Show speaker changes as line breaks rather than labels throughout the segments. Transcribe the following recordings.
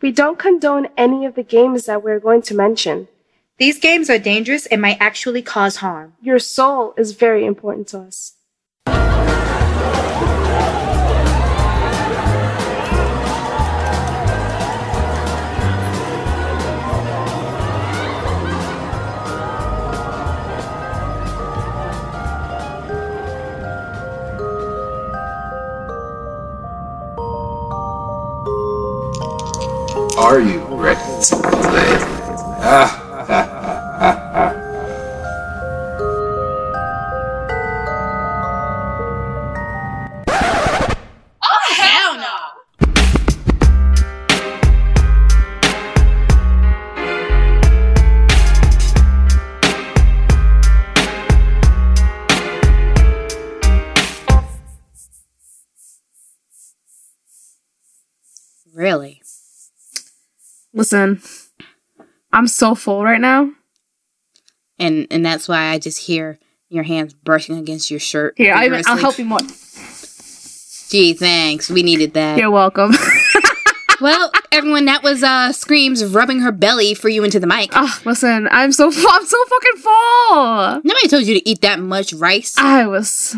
We don't condone any of the games that we're going to mention.
These games are dangerous and might actually cause harm.
Your soul is very important to us.
Are you ready to play? Ah, ah, ah, ah.
Oh, hell no.
Really?
Listen, I'm so full right now.
And and that's why I just hear your hands brushing against your shirt.
Here, I, I'll
vigorously.
help you more.
Gee, thanks. We needed that.
You're welcome.
Well, everyone, that was uh screams rubbing her belly for you into the mic.
oh, listen, I'm so full. I'm so fucking full.
Nobody told you to eat that much rice
I was.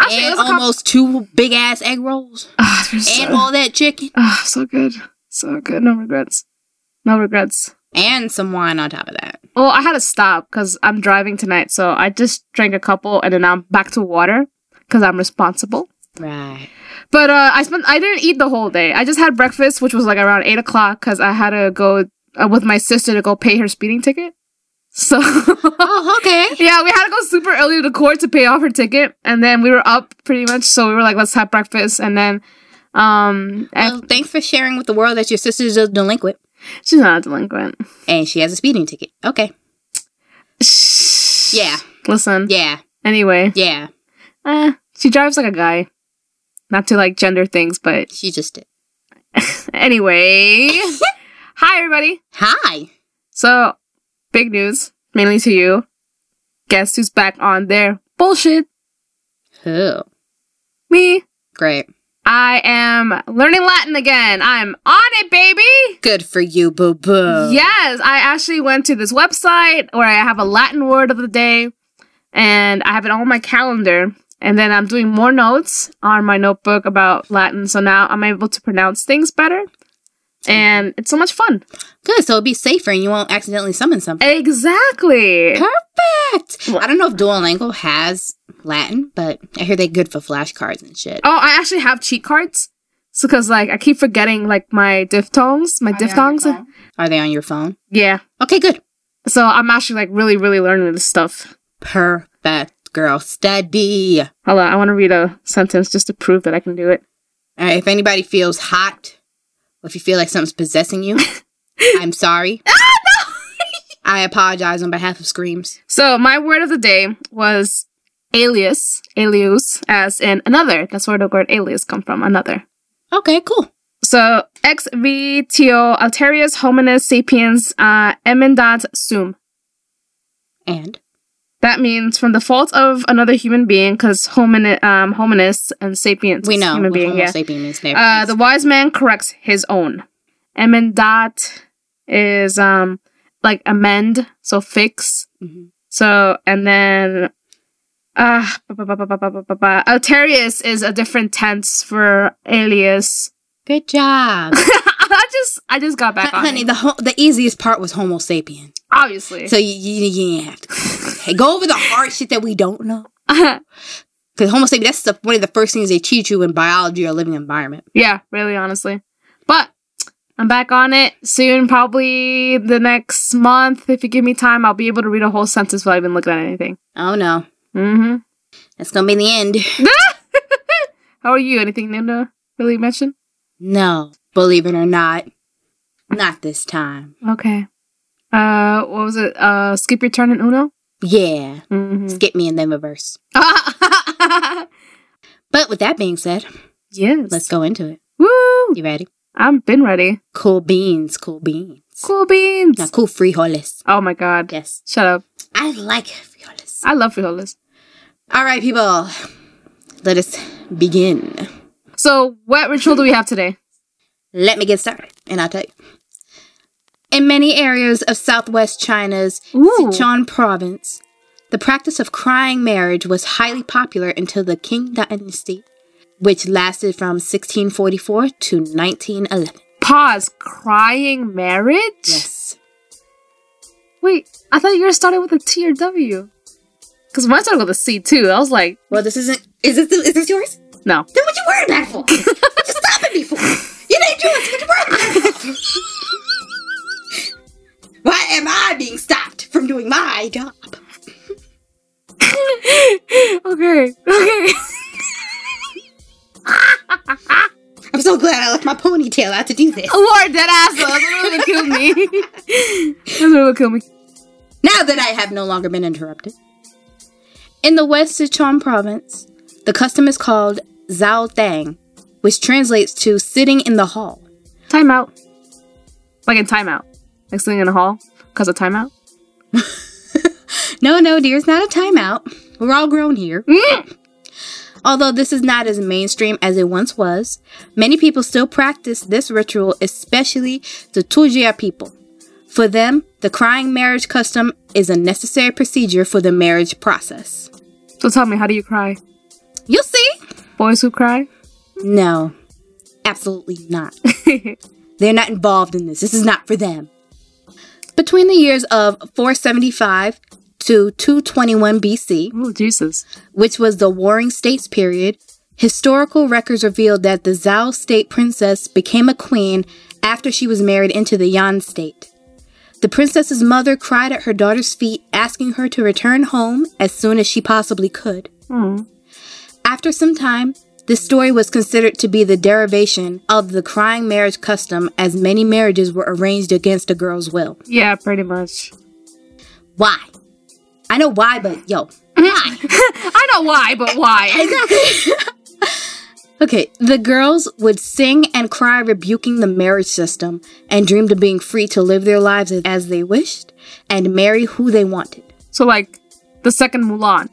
Actually,
and
let's call-
almost two big ass egg rolls
Ah, it's been
and
so,
all that chicken
ah, so good. So good. No regrets. No regrets.
and some wine on top of that.
Well, I had to stop because I'm driving tonight, so I just drank a couple and then I'm back to water because I'm responsible.
Right.
But uh, I spent I didn't eat the whole day. I just had breakfast, which was like around eight o'clock, because I had to go uh, with my sister to go pay her speeding ticket. So
Oh, okay.
yeah, we had to go super early to court to pay off her ticket, and then we were up pretty much. So we were like, let's have breakfast, and then um, and
Well, thanks for sharing with the world that your sister's a delinquent
she's not a delinquent.
and she has a speeding ticket. Okay. Yeah.
Listen.
Yeah.
Anyway,
Yeah.
eh, she drives like a guy. Not to like gender things, but
She just did.
anyway. Hi, everybody.
Hi.
So, big news, mainly to you. Guess who's back on their bullshit?
Who?
Me.
Oh, Great.
I am learning Latin again. I'm on it, baby.
Good for you, boo boo.
Yes, I actually went to this website where I have a Latin word of the day and I have it on my calendar. And then I'm doing more notes on my notebook about Latin. So now I'm able to pronounce things better. And it's so much fun.
Good. So it'll be safer and you won't accidentally summon something.
Exactly.
Perfect. I don't know if Duolingo has Latin, but I hear they're good for flashcards and shit.
Oh, I actually have cheat cards. So, cause like I keep forgetting like my diphthongs, my diphthongs.
Are they on your phone?
Yeah.
Okay, good.
So I'm actually like really, really learning this stuff.
Perfect, girl. Study. All
Hold on, I want to read a sentence just to prove that I can do it.
right, if anybody feels hot, or if you feel like something's possessing you, I'm sorry.
Ah,
I apologize on behalf of Screams.
So my word of the day was alias, alias, as in another. That's where the word alias come from, another.
Okay, cool.
So ex vitio alterius homines sapiens uh, emendat sum.
And
That means from the fault of another human being, because homini- um, hominis and sapiens
we
is
know
human
what
being,
Homo
yeah.
sapien means there.
Uh, the wise man corrects his own. Emendat is um like amend, so fix.
Mhm.
So and then uh ba- ba- ba- ba- ba- ba- ba- ba- ba- alterius is a different tense for alias.
Good job.
I just I just got back on
Honey,
it,
the ho- the easiest part was Homo sapien.
obviously.
So you, you, you didn't have to. Hey, go over the hard shit that we don't know. Because Homo sapien, that's the, one of the first things they teach you in biology or living environment.
yeah, really honestly. But I'm back on it soon, probably the next month. If you give me time, I'll be able to read a whole sentence without even looking at anything.
Oh no,
Mm-hmm.
that's gonna be the end.
How are you? Anything new to really mention?
No, believe it or not, not this time.
Okay. Uh, what was it? Uh, skip your turn in Uno.
Yeah,
Mm-hmm.
skip me and then reverse. But with that being said,
yes.
let's go into it.
Woo!
You ready?
I've been ready.
Cool beans, cool beans.
Cool beans.
Now, cool frijoles.
Oh my god.
Yes,
Shut up.
I like frijoles.
I love frijoles.
All right, people, let us begin.
So, what ritual do we have today?
Let me get started, and I'll tell you. In many areas of southwest China's
Ooh.
Sichuan province, the practice of crying marriage was highly popular until the Qing dynasty, which lasted from 1644 to 1911.
Pause. Crying marriage?
Yes.
Wait, I thought yours started with a T or W. Because mine started with a C too. I was like,
Well, this isn't. Is this is this yours?
no.
Then what you worried about for? what you stopping me for? You didn't do it. What you worried about for? Why am I being stopped from doing my job?
okay, okay.
I'm so glad I left my ponytail out to do this.
Award dead ass though. That's what would kill me. That's what would kill me.
Now that I have no longer been interrupted. In the West Sichuan province, the custom is called Zhao Dang, which translates to sitting in the hall.
Timeout. Like in timeout. Like sitting in a hall because of timeout.
No, no, dear, it's not a timeout. We're all grown here.
Mm!
Although this is not as mainstream as it once was, many people still practice this ritual, especially the Tujia people. For them, the crying marriage custom is a necessary procedure for the marriage process.
So tell me, how do you cry?
You'll see.
Boys who cry?
No, absolutely not. They're not involved in this. This is not for them. Between the years of 475 to 221 BC,
Oh, Jesus.
which was the Warring States period, historical records revealed that the Zhao state princess became a queen after she was married into the Yan state. The princess's mother cried at her daughter's feet, asking her to return home as soon as she possibly could. After some time, this story was considered to be the derivation of the crying marriage custom, as many marriages were arranged against a girl's will.
Yeah, pretty much.
Why? I know why, but yo, why?
I know why, but why?
Okay, the girls would sing and cry, rebuking the marriage system, and dreamed of being free to live their lives as they wished and marry who they wanted.
So, like, the second Mulan.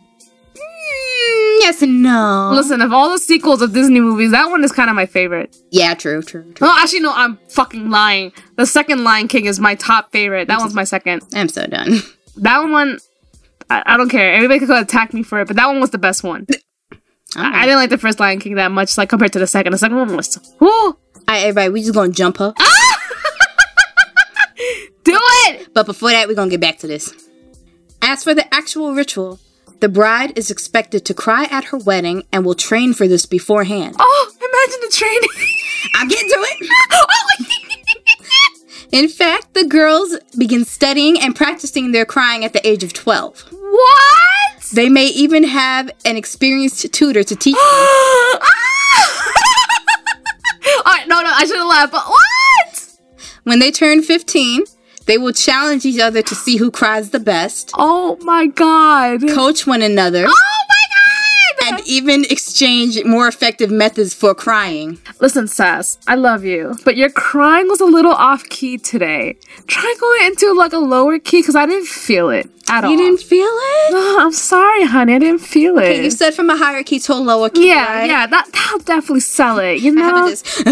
Mm, yes and no.
Listen, of all the sequels of Disney movies, that one is kind of my favorite.
yeah, true, true, true.
No, actually, no, I'm fucking lying. The second Lion King is my top favorite. That one's my second.
I'm so done.
That one, I, I don't care. Everybody could go attack me for it, but that one was the best one. I, I didn't like the first Lion King that much, like compared to the second. The second one was, whoo,
All right, everybody, we just gonna jump her.
do it.
But before that, we're gonna get back to this. As for the actual ritual, the bride is expected to cry at her wedding and will train for this beforehand.
Oh, imagine the training.
I'm getting to it.
oh my
In fact, the girls begin studying and practicing their crying at the age of 12.
What?
They may even have an experienced tutor to teach them.
All right, Ah! no, no, I shouldn't laugh. But what?
When they turn 15, they will challenge each other to see who cries the best,
Oh my god. Oh
coach one another,
my god.
and even exchange more effective methods for crying.
Listen, Sass, I love you, but your crying was a little off key today. Try going into like a lower key because I didn't feel it at all.
You didn't feel it?
Oh, I'm sorry, honey. I didn't feel it.
You said from a higher key to a lower key.
yeah,
right?
yeah. That that'll definitely sell it. You
How about
know,
this?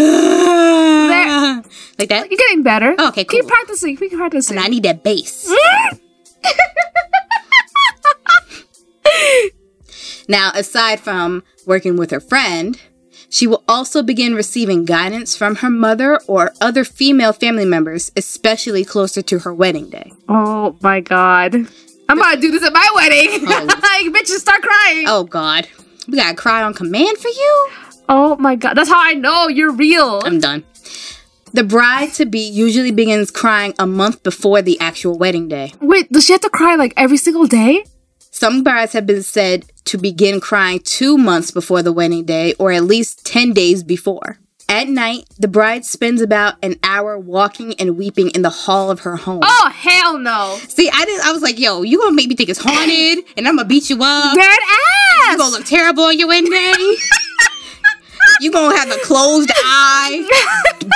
like that?
you're getting better.
Oh, okay,
Keep
cool.
practicing. Keep practicing.
I need that bass. now, aside from working with her friend, she will also begin receiving guidance from her mother or other female family members, especially closer to her wedding day.
oh my god. I'm about to do this at my wedding.
Oh.
like, bitches, start crying.
Oh, God. We gotta cry on command for you?
Oh my god, that's how I know you're real.
I'm done. The bride to be usually begins crying a month before the actual wedding day.
Wait, does she have to cry like every single day?
Some brides have been said to begin crying two months before the wedding day, or at least 10 days before. At night, the bride spends about an hour walking and weeping in the hall of her home.
Oh hell no,
See, I did I was like, yo, you gonna make me think it's haunted, and I'm gonna beat you up.
dead
You gonna
ass.
look terrible on your wedding day. you gonna have a closed eye,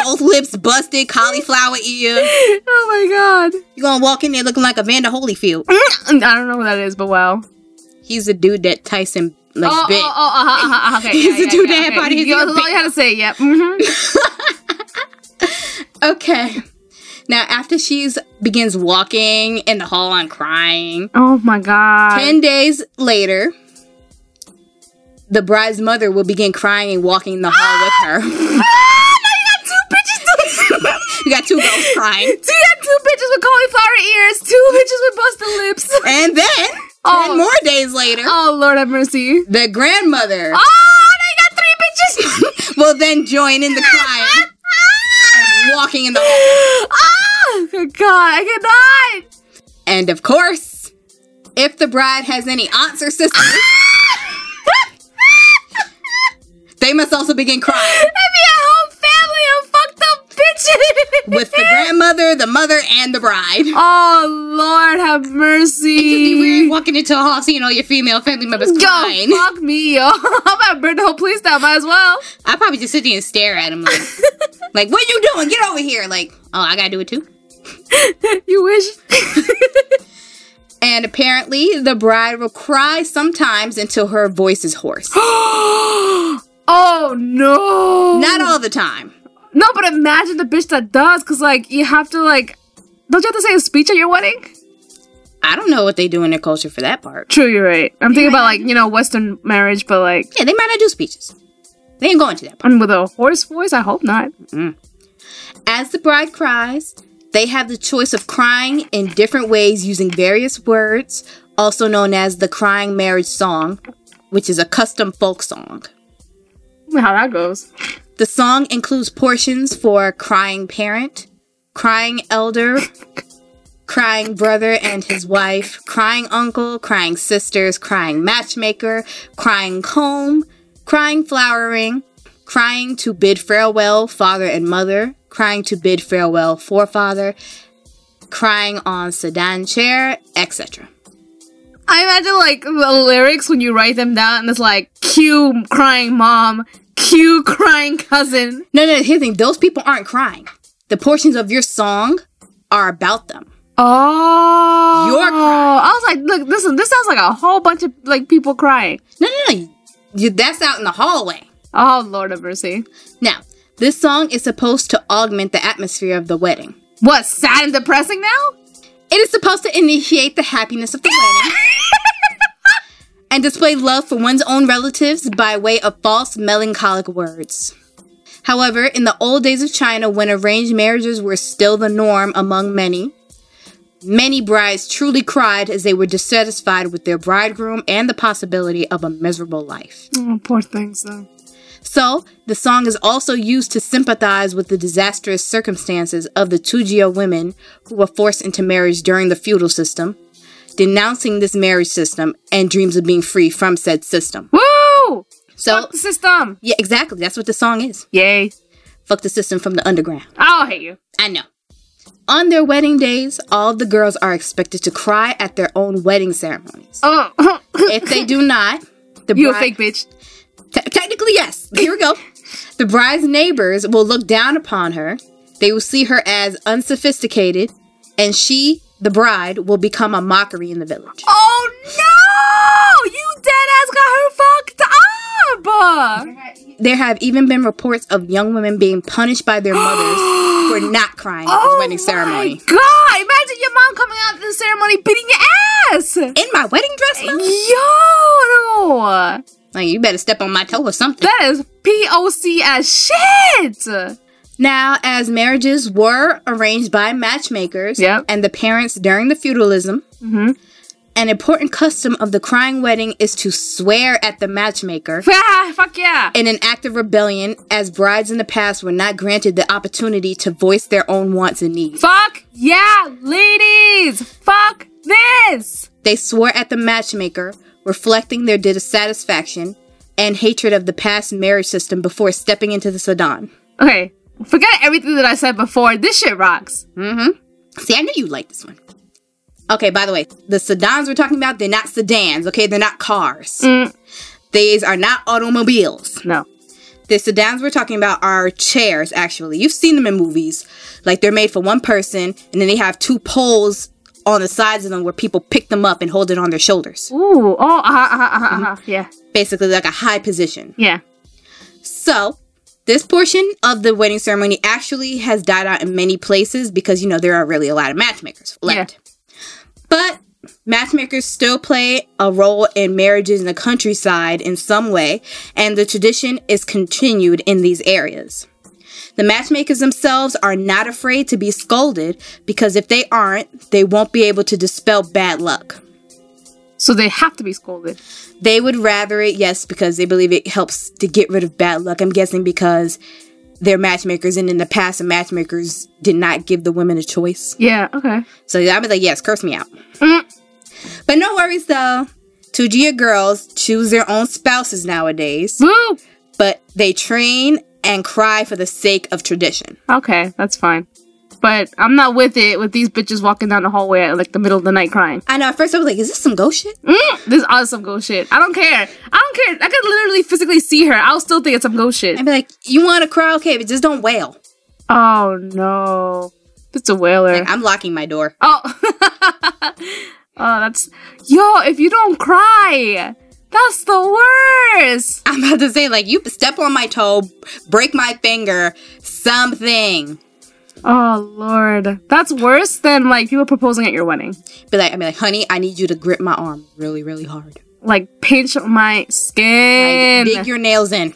both lips busted, cauliflower ear.
Oh my
You gonna walk in there looking like Amanda Holyfield.
god, I don't know what that is, but wow.
He's the dude that Tyson like
Oh,
bit.
oh, oh, uh-huh, uh-huh, okay.
He's
yeah,
a
yeah,
dude
yeah,
that had
okay.
body, he's
You,
a
that's all
big-
you had to say, yeah. Mm-hmm.
Okay. Now, after she's begins walking in the hall and crying,
Oh my god.
ten days later, the bride's mother will begin crying and walking in the hall with her.
Ah, now you got two bitches doing
you got two girls crying,
So you got two bitches with cauliflower ears, two bitches with busted lips.
and then
Oh.
ten more days later,
Oh Lord have mercy.
the grandmother
Oh, now you got three bitches.
will then join in the crying and walking in the hall.
Ah! oh good God, I cannot.
And of course, if the bride has any aunts or sisters, they must also begin crying
That'd be a whole family of fucked up bitches.
with the grandmother, the mother, and the bride.
Oh Lord have
It'd be weird
mercy.
walking into a hall seeing all your female family members
Yo,
crying.
fuck me, yo. I'm about to burn the whole place down. Might as well.
I'd probably just sit there and stare at him like, like, what you doing? Get over here. Like, oh, I gotta do it too.
You wish.
And apparently, the bride will cry sometimes until her voice is hoarse.
oh no.
Not all the time.
No, but imagine the bitch that does, cause like you have to like, don't you have to say a speech at your wedding?
I don't know what they do in their culture for that part.
True, you're right. I'm thinking about like you know Western marriage, but like
Yeah, they might not do speeches. They ain't going to that part.
and with a hoarse voice. I hope not.
As the bride cries, they have the choice of crying in different ways using various words, also known as the crying marriage song, which is a custom folk song.
How that goes.
The song includes portions for crying parent, crying elder, crying brother and his wife, crying uncle, crying sisters, crying matchmaker, crying comb, crying flowering, crying to bid farewell father and mother, crying to bid farewell forefather, crying on sedan chair, etc.
I imagine like the lyrics when you write them down, and it's like cue crying mom, cue crying cousin.
No, no, here's the thing. Those people aren't crying. The portions of your song are about them.
Oh,
You're crying.
I was like, look, listen, this sounds like a whole bunch of like people crying.
No, no, no. You, that's out in the hallway.
Oh Lord of mercy.
Now, this song is supposed to augment the atmosphere of the wedding.
What sad and depressing now?
It is supposed to initiate the happiness of the wedding and display love for one's own relatives by way of false melancholic words. However, in the old days of China, when arranged marriages were still the norm among many, many brides truly cried as they were dissatisfied with their bridegroom and the possibility of a miserable life.
Oh, poor things though.
So, the song is also used to sympathize with the disastrous circumstances of the Tujia women who were forced into marriage during the feudal system, denouncing this marriage system and dreams of being free from said system.
Woo!
So,
Fuck the system.
yeah, exactly. That's what the song is.
Yay.
Fuck the system from the underground.
I'll hate you.
I know. On their wedding days, all the girls are expected to cry at their own wedding ceremonies.
Oh,
If they do not, the
you a
bride-
fake bitch.
Te- technically, yes. Here we go. The bride's neighbors will look down upon her. They will see her as unsophisticated, and she, the bride, will become a mockery in the village.
Oh no! You dead ass got her fucked up.
There have even been reports of young women being punished by their mothers for not crying at the
Oh
wedding ceremony.
My God, imagine your mom coming out to the ceremony beating your ass.
In my wedding dress, Mom?
Yo, no.
Like, you better step on my toe or something.
that is POC as shit.
Now, as marriages were arranged by matchmakers
Yep.
and the parents during the feudalism,
Mhm.
an important custom of the crying wedding is to swear at the matchmaker
Ah, fuck yeah.
in an act of rebellion, as brides in the past were not granted the opportunity to voice their own wants and needs.
Fuck yeah, ladies. Fuck this.
They swore at the matchmaker, reflecting their dissatisfaction and hatred of the past marriage system before stepping into the sedan.
Okay, forget everything that I said before. This shit rocks.
See, I knew you liked this one. Okay, by the way, the sedans we're talking about, they're not sedans, okay? They're not cars. These are not automobiles.
No.
The sedans we're talking about are chairs, actually. You've seen them in movies. Like they're made for one person, and then they have two poles on the sides of them where people pick them up and hold it on their shoulders.
Ooh. Oh. Uh-huh, uh-huh, uh-huh, uh-huh. Yeah.
Basically, like a high position.
Yeah.
So, This portion of the wedding ceremony actually has died out in many places because, you know, there are really a lot of matchmakers left. But matchmakers still play a role in marriages in the countryside in some way, and the tradition is continued in these areas. The matchmakers themselves are not afraid to be scolded because if they aren't, they won't be able to dispel bad luck.
So they have to be scolded.
They would rather it, yes, because they believe it helps to get rid of bad luck. I'm guessing because they're matchmakers, and in the past, the matchmakers did not give the women a choice.
Yeah, okay.
So I'd be like, yes, curse me out. Mm. But no worries, though. 2G girls choose their own spouses nowadays,
Woo!
but they train and cry for the sake of tradition.
Okay, that's fine. But I'm not with it with these bitches walking down the hallway at like the middle of the night crying.
I know, at first I was like, is this some ghost shit?
Mm, this is all some ghost shit. I don't care. I don't care. I could literally physically see her. I'll still think it's some ghost shit.
I'd be like, you want to cry? Okay, but just don't wail.
Oh no. It's a whaler.
Like, I'm locking my door.
Oh. oh, that's. Yo, if you don't cry, that's the worst.
I'm about to say, like, you step on my toe, break my finger, something.
Oh, Lord. That's worse than like people proposing at your wedding.
Be like, I'd be like, honey, I need you to grip my arm really, really hard.
Like, pinch my skin.
Like, dig your nails in.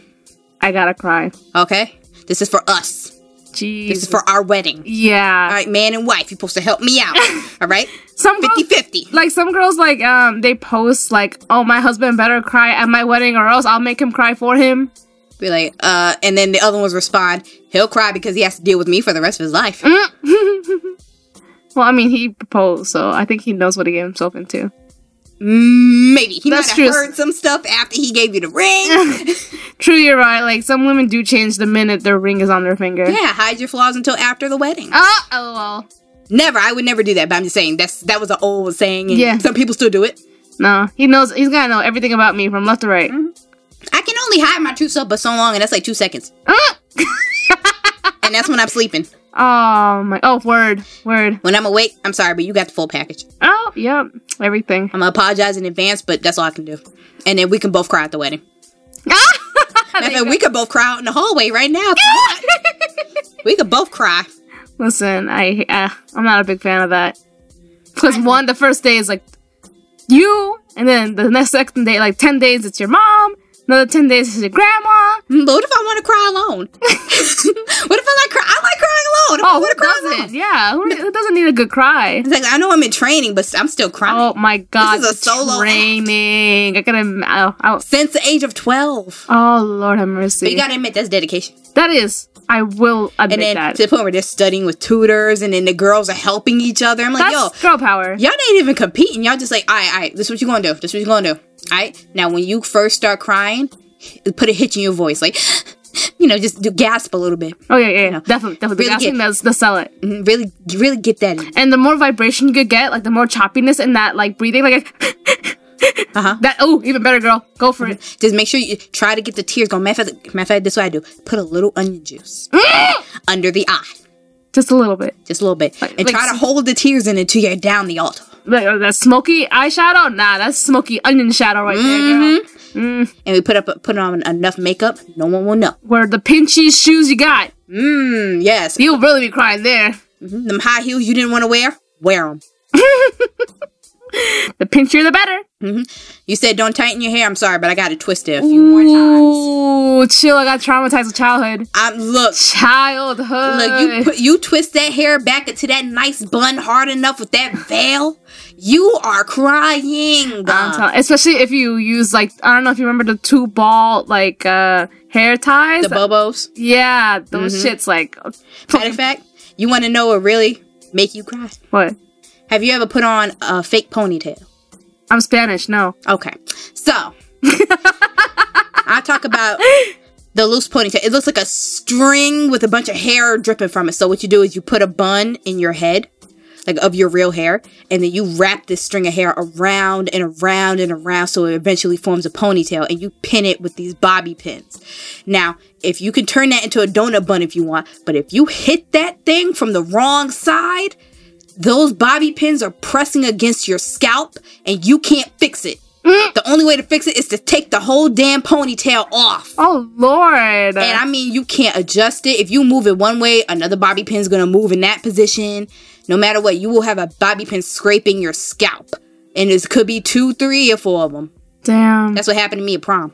I gotta cry.
Okay? This is for us.
Jeez.
This is for our wedding.
yeah.
All right, man and wife, you're supposed to help me out. All right?
Some girls-
50 50.
like some girls like um they post like oh my husband better cry at my wedding or else i'll make him cry for him
Be like, uh, and then the other ones respond, he'll cry because he has to deal with me for the rest of his life.
Mm. well i mean he proposed so i think he knows what he got himself into
Maybe. He
That's
might have
true.
heard some stuff after he gave you the ring.
true you're right like some women do change the minute their ring is on their finger
yeah, hide your flaws until after the wedding.
Ah, oh well
Never. I would never do that, but I'm just saying that's that was an old saying and
Yeah.
some people still do it.
no he knows he's gotta know everything about me from left to right
I can only hide my true self but so long and that's like two seconds.
Ah!
and that's when I'm sleeping.
oh my oh word word
When I'm awake, I'm sorry, but you got the full package.
oh yep everything
I'm gonna apologize in advance, but that's all I can do. And then we can both cry at the wedding.
Ah!
Matter of fact, we could both cry out in the hallway right now. if you want. we could both cry.
Listen, I uh, I'm not a big fan of that. Because one, the first day is like you, and then the next second day, like ten days, it's your mom. Another ten days is your grandma.
Mm, But what if I want to cry alone? what if I like cry? I like crying alone.
Oh,
I wanna
who
cry
doesn't?
alone.
Yeah, who, who doesn't need a good cry?
It's like I know I'm in training, but I'm still crying.
Oh my god,
is a solo
training. I gotta. Oh, oh,
Since the age of twelve,
oh Lord have
but
mercy.
you gotta admit that's dedication.
that is, I will admit
And then
that.
to the point where they're studying with tutors, and then the girls are helping each other. I'm like,
That's
yo,
girl power.
y'all ain't even competing. Y'all just like, all right, all right, this is what you gonna do. This is what you gonna do. All right. Now, when you first start crying, put a hitch in your voice, like, you know, just do gasp a little bit.
Oh yeah, yeah, yeah.
know,
definitely, definitely.
really
That's
get-
the that's the sell it.
Mhm, Really, really get that in.
and the more vibration you get, like the more choppiness in that like breathing, like
Uh-huh.
that. Oh, even better, girl, go for it.
Just make sure you try to get the tears going. Matter of fact, matter of fact, this is what I do. Put a little onion juice under the eye,
Just a little bit.
just a little bit,
Like-
and
like
try to
s-
hold the tears in until you're down the altar.
Like, uh, that smoky eyeshadow, nah, that's smoky onion shadow right
Mm-hmm.
there, girl.
And we put up, put on enough makeup. No one will know.
Where the pinchy shoes you got,
Mmm. Yes.
you'll really be crying there.
Mhm, Them high heels you didn't want to wear. Wear them.
The pinchier, the better.
You said don't tighten your hair. I'm sorry, but I got to twist it a few more times.
Ooh, chill. I got traumatized with childhood.
I'm look.
Childhood.
Look, you put, you twist that hair back into that nice bun hard enough with that veil, you are crying.
I'm telling- especially if you use like I don't know if you remember the two ball like uh hair ties.
the Mm-hmm. bobos.
yeah, those shits like
Matter of fact, you want to know what really make you cry?
what?
Have you ever put on a fake ponytail?
I'm Spanish. No.
Okay, so I talk about the loose ponytail. It looks like a string with a bunch of hair dripping from it. So what you do is you put a bun in your head, like of your real hair, and then you wrap this string of hair around and around and around so it eventually forms a ponytail and you pin it with these bobby pins. Now, if you can turn that into a donut bun if you want, but if you hit that thing from the wrong side, those bobby pins are pressing against your scalp and you can't fix it. The only way to fix it is to take the whole damn ponytail off.
Oh Lord.
And I mean, you can't adjust it. If you move it one way, another bobby pin's gonna move in that position. No matter what, you will have a bobby pin scraping your scalp. And this could be two, three, or four of them.
Damn.
That's what happened to me at prom.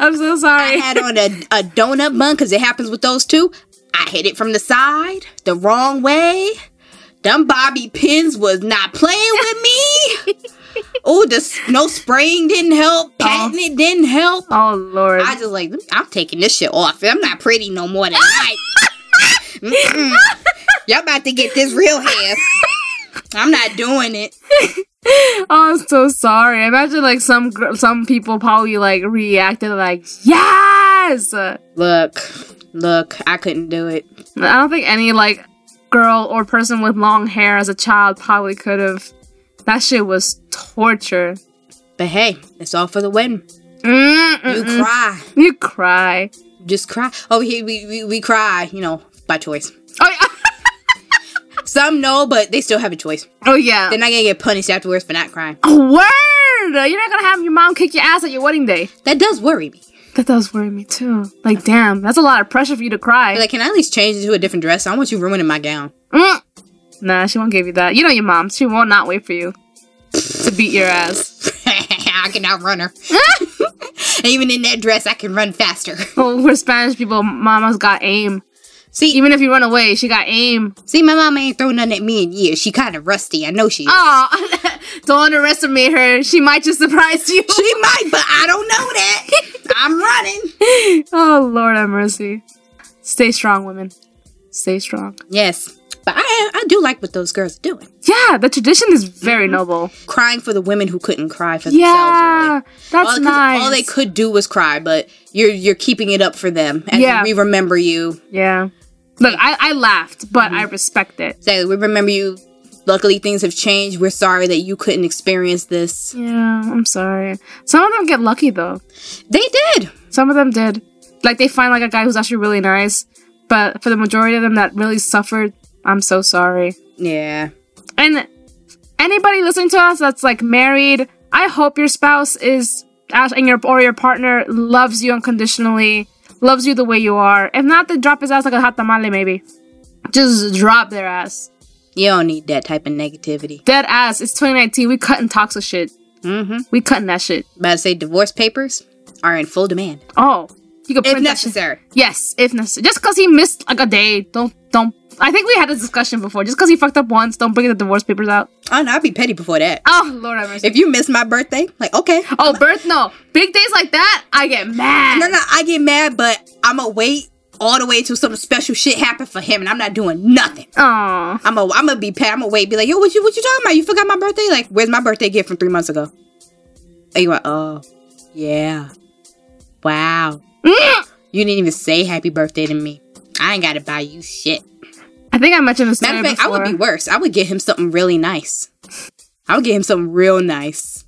I'm so
I
sorry.
had on a, a donut bun because it happens with those two. I hit it from the side the wrong way. Them bobby pins was not playing with me. oh, the no spraying didn't help. Patting it didn't help.
oh Lord.
I just like I'm taking this shit off. I'm not pretty no more than I. Mm-mm. Y'all about to get this real hair. I'm not doing it.
oh, I'm so sorry. Imagine like some gr- some people probably like reacted like yes. I
Look, look, I couldn't do it.
don't think any like girl or person with long hair as a child probably could have. That shit was torture.
But hey, it's all for the win. You
Mm-mm.
cry.
You cry.
just cry. Oh, here we, we we cry, you know, by choice.
Oh yeah.
Some no, but they still have a choice.
Oh yeah. Oh,
They're not gonna get punished afterwards for not crying.
Word. You're not gonna have your mom kick your ass at your wedding day.
That does worry me.
That does worry me too. Like damn, that's a lot of pressure for you to cry.
They're like, can I at least change into a different dress? I want you ruining my gown.
Mm. Nah, she won't give you that. You know your mom. She will not wait for you to beat your ass.
I can outrun her. And Even in that dress, I can run faster.
Well, Oh, we're Spanish people. Mama's got aim.
See,
Even if you run away, she got aim.
see, my mama ain't thrown nothing at me in years. She kind of rusty. I know she. Is.
Oh, don't underestimate her. She might just surprise you.
she might, but I don't know that. I'm running.
oh, Lord have mercy. Stay strong, women. Stay strong.
Yes, but I I do like what those girls are doing.
Yeah, the tradition is very
Mm-hmm.
noble.
Crying for the women who couldn't cry for themselves. Really.
Yeah, that's
all, 'cause
nice.
all they could do was cry, but you're you're keeping it up for them. And
Yeah.
we remember you.
yeah. Look, I, I laughed, but
Mm-hmm.
I respect it.
Say we remember you. Luckily things have changed. We're sorry that you couldn't experience this.
Yeah, I'm sorry. Some of them get lucky, though.
They did.
Some of them did. Like they find like a guy who's actually really nice, but for the majority of them that really suffered, I'm so sorry.
Yeah.
And anybody listening to us that's like married, I hope your spouse is and your or your partner loves you unconditionally, loves you the way you are. If not, then drop his ass like a hot tamale maybe. Just drop their ass.
You don't need that type of negativity.
Dead ass. It's 2019. We cutting toxic shit.
Mm-hmm.
We cutting that shit.
About to say divorce papers are in full demand.
Oh, you can
If
print that shit.
necessary.
Yes, if necessary. Just because he missed like a day, don't don't. I think we had this discussion before. Just because he fucked up once, don't bring the divorce papers out.
Oh no, I'd be petty before that.
Oh Lord, have mercy.
If you miss my birthday, like okay.
Oh, birth no. Big days like that, I get mad.
No, no, I get mad, but I'ma wait all the way till some special shit happen for him and I'm not doing nothing.
Aw.
I'm a, I'm gonna be pat. I'm gonna wait. Be like, yo, what you, what you talking about? You forgot my birthday? Like, where's my birthday gift from three months ago? And you're like, oh, yeah, wow. You didn't even say happy birthday to me. I ain't gotta buy you shit.
I think I mentioned this
Matter
story
of fact, I
before.
would be worse. I would get him something really nice. I would get him something real nice,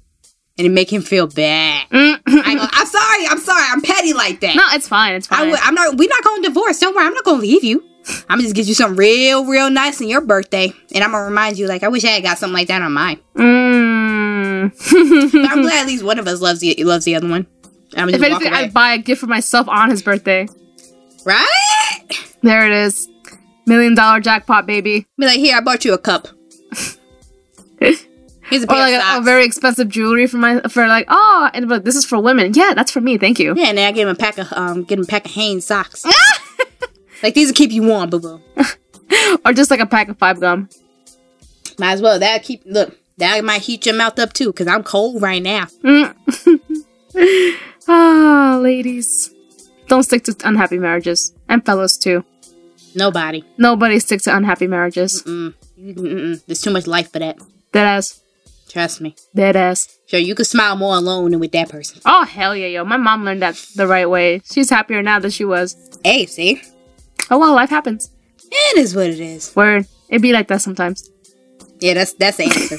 and it make him feel bad. I go, I'm sorry. I'm sorry. I'm petty like that.
Mm-hmm. no, it's fine. It's
I
fine.
would, I'm not. We're not going to divorce. Don't worry. I'm not going to leave you. I'm just get you something real, real nice on your birthday, and I'm gonna remind you. Like I wish I had got something like that on mine.
mm.
But I'm glad at least one of us loves the loves the other one. I'm
if
just walk
anything,
away.
I'd buy a gift for myself on his birthday.
right?
There it is. Million dollar jackpot, baby.
Be like, here, I bought you a cup. Here's a
Or
pair
like
of
a, a
socks.
very expensive jewelry for my for like oh and but this is for women. Yeah, that's for me. Thank you.
yeah, and then I get him a pack of um, get him a pack of Hanes socks. like these will keep you warm, boo boo.
Or just like a pack of five gum.
Might as well. That will keep look. That might heat your mouth up too, cause I'm cold right now.
Mm. Ah, ladies. Don't stick to unhappy marriages. And fellows too.
Nobody. Mm.
Nobody sticks to unhappy marriages.
Mm-mm. There's too much life for that.
Dead ass.
Trust me.
Dead ass.
Sure, you can smile more alone than with that person.
Oh hell yeah, yo. My mom learned that the right way. She's happier now than she was.
Hey, see?
Oh well, life happens.
It is what it is.
Word. It be like that sometimes.
Yeah, that's that's the answer.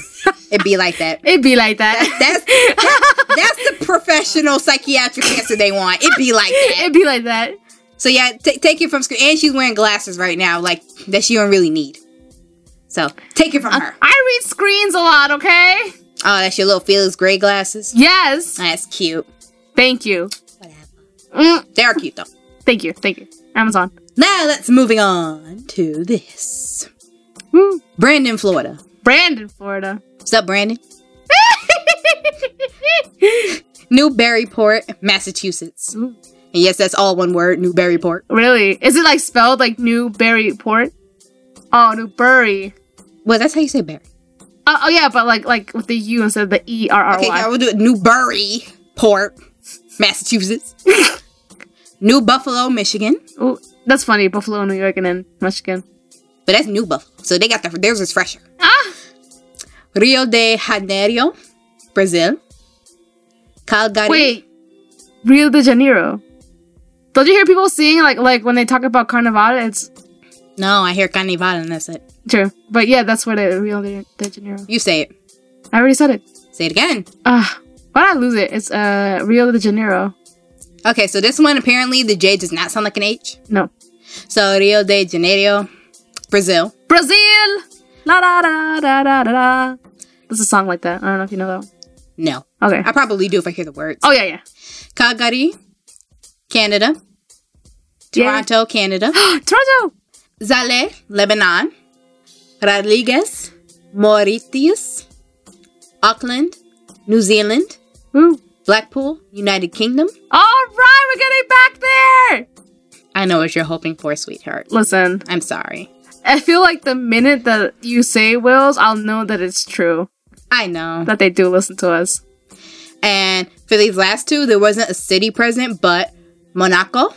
It'd be like that.
It be like that.
That's that- that's the professional psychiatric answer they want. It'd be like that.
it be like that.
So yeah, ta take it from screen. And she's wearing glasses right now, like that she don't really need. So take it from
Uh,
her.
I read screens a lot, okay?
Oh, that's your little Felix Gray glasses.
Yes.
That's cute.
Thank you.
Whatever.
Mm,
They are cute though.
thank you. Thank you. Amazon.
Now let's moving on to this.
Woo.
Brandon, Florida.
Brandon, Florida.
What's up, Brandon? Newburyport, Massachusetts.
Ooh.
And yes, that's all one word, Newburyport.
really? Is it like spelled like Newburyport? Oh, Newbury.
Well, that's how you say Barry.
Oh, oh yeah, but like like with the U instead of the E R R
Okay, I
Y.
will do it. Newburyport, Massachusetts. New Buffalo, Michigan.
Ooh, that's funny. Buffalo, New York, and then Michigan.
But that's New Buffalo. So they got the theirs is fresher.
Ah,
Rio de Janeiro, Brazil. Calgary.
wait, Rio de Janeiro. Don't you hear people sing like like when they talk about Carnival? It's
No, I hear Carnival and that's it.
true, but yeah, that's where the Rio de, de Janeiro.
You say it.
I already said it.
Say it again.
Ah, why did I lose it? It's uh Rio de Janeiro.
Okay, so this one apparently the J does not sound like an H.
No,
So Rio de Janeiro, Brazil.
Brazil. La da da da da da da. There's a song like that. I don't know if you know that. One.
No.
Okay.
I probably do if I hear the words.
Oh yeah, yeah.
Calgary, Canada.
Yeah.
Toronto, Canada.
Toronto.
Zaleh, Lebanon. Rodriguez, Mauritius. Auckland, New Zealand.
Woo.
Blackpool, United Kingdom.
All right, we're getting back there.
I know what you're hoping for, sweetheart.
Listen,
I'm sorry.
I feel like the minute that you say Wills, I'll know that it's true
I know.
that they do listen to us.
And for these last two, there wasn't a city present, but Monaco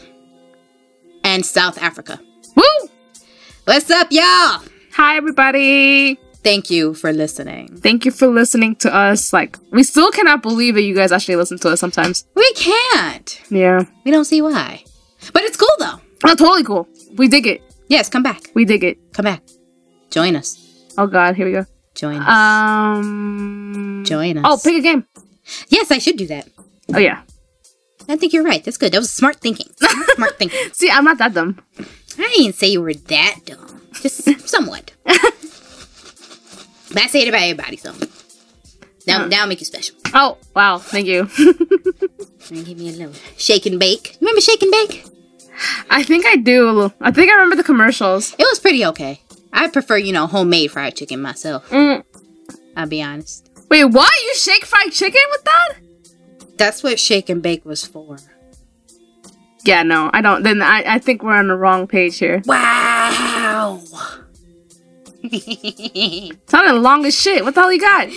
and South Africa.
Woo!
What's up, y'all?
Hi, everybody.
Thank you for listening.
Thank you for listening to us. Like, we still cannot believe that you guys actually listen to us sometimes.
We can't.
Yeah.
We don't see why. But it's cool though.
That's totally cool. We dig it.
Yes, come back.
We dig it.
Come back. Join us.
Oh, God. Here we go.
Join us.
Um.
Join us.
Oh, pick a game.
yes, I should do that.
Oh, yeah.
I think you're right. That's good. That was smart thinking. Smart, smart thinking.
See, I'm not that dumb.
I didn't say you were that dumb. Just somewhat. but I say it about everybody, so. That'll, that'll make you special.
Oh, wow. Thank you.
And Give me a little shake and bake. You remember shake and bake?
I think I do. I think I remember the commercials.
It was pretty okay. I prefer, you know, homemade fried chicken myself.
Mm.
I'll be honest.
Wait, what? You shake fried chicken with that?
That's what shake and bake was for.
Yeah, no, I don't. Then I, I think we're on the wrong page here.
Wow.
Sounded long as shit. What the hell you got?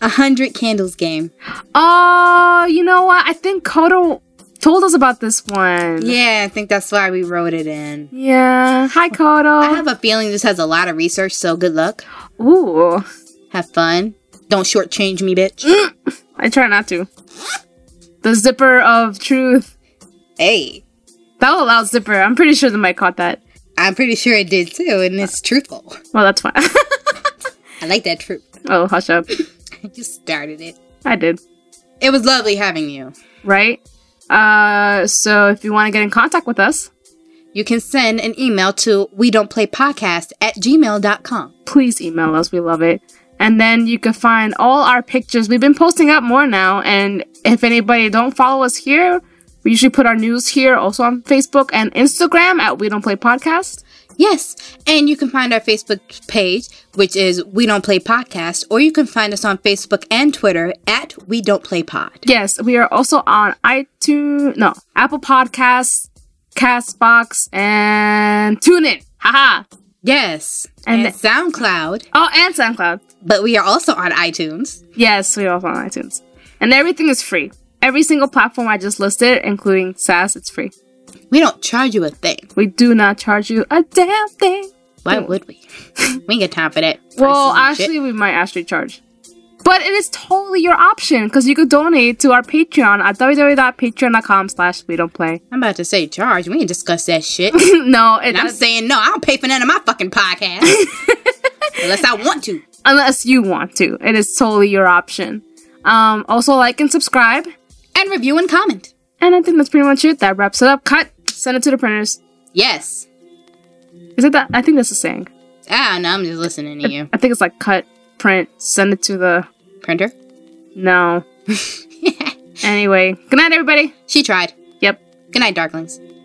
A hundred candles game.
Oh, you know what? I think Kodo told us about this one.
Yeah, I think that's why we wrote it in.
Yeah. Hi,
I
Kodo.
have a feeling this has a lot of research, so good luck.
Ooh.
Have fun. Don't shortchange me, bitch.
I try not to. The zipper of truth.
Hey,
That was a loud zipper. I'm pretty sure the mic caught that.
I'm pretty sure it did too, and it's truthful.
Well, that's fine.
I like that truth.
oh, hush up.
I just started it.
I did.
It was lovely having you.
Right? Uh, so if you want to get in contact with us,
You can send an email to we don't play podcast at gmail.com.
please email us. We love it. And then you can find all our pictures. We've been posting up more now. And if anybody don't follow us here, we usually put our news here also on Facebook and Instagram at We Don't Play Podcast.
Yes, and you can find our Facebook page, which is We Don't Play Podcast, or you can find us on Facebook and Twitter at We Don't Play Pod.
Yes, we are also on iTunes, no, Apple Podcasts, Castbox, and TuneIn. Haha.
Yes, and,
And-
SoundCloud,
Oh, and SoundCloud.
but we are also on iTunes.
Yes, we are also on iTunes. And everything is free. Every single platform I just listed, including SaaS, it's free.
We don't charge you a thing.
We do not charge you a damn thing.
Why would we? we ain't got time for that.
Well,
prices and
actually,
shit.
we might actually charge. But it is totally your option because you could donate to our Patreon at www.patreon.com slash we don't play.
I'm about to say charge. We ain't discuss that shit.
no, it,
And I'm saying no. I don't pay for none of my fucking podcast unless I want to.
unless you want to. It is totally your option. Um, also, like and subscribe.
And review and comment.
And I think that's pretty much it. That wraps it up. Cut. Send it to the printers.
Yes,
Is it that? I think that's the saying.
Ah, no, I'm just listening to you.
I think it's like cut, print, send it to the.
Printer?
No. anyway, good night, everybody.
She tried.
Yep.
Good night, darklings.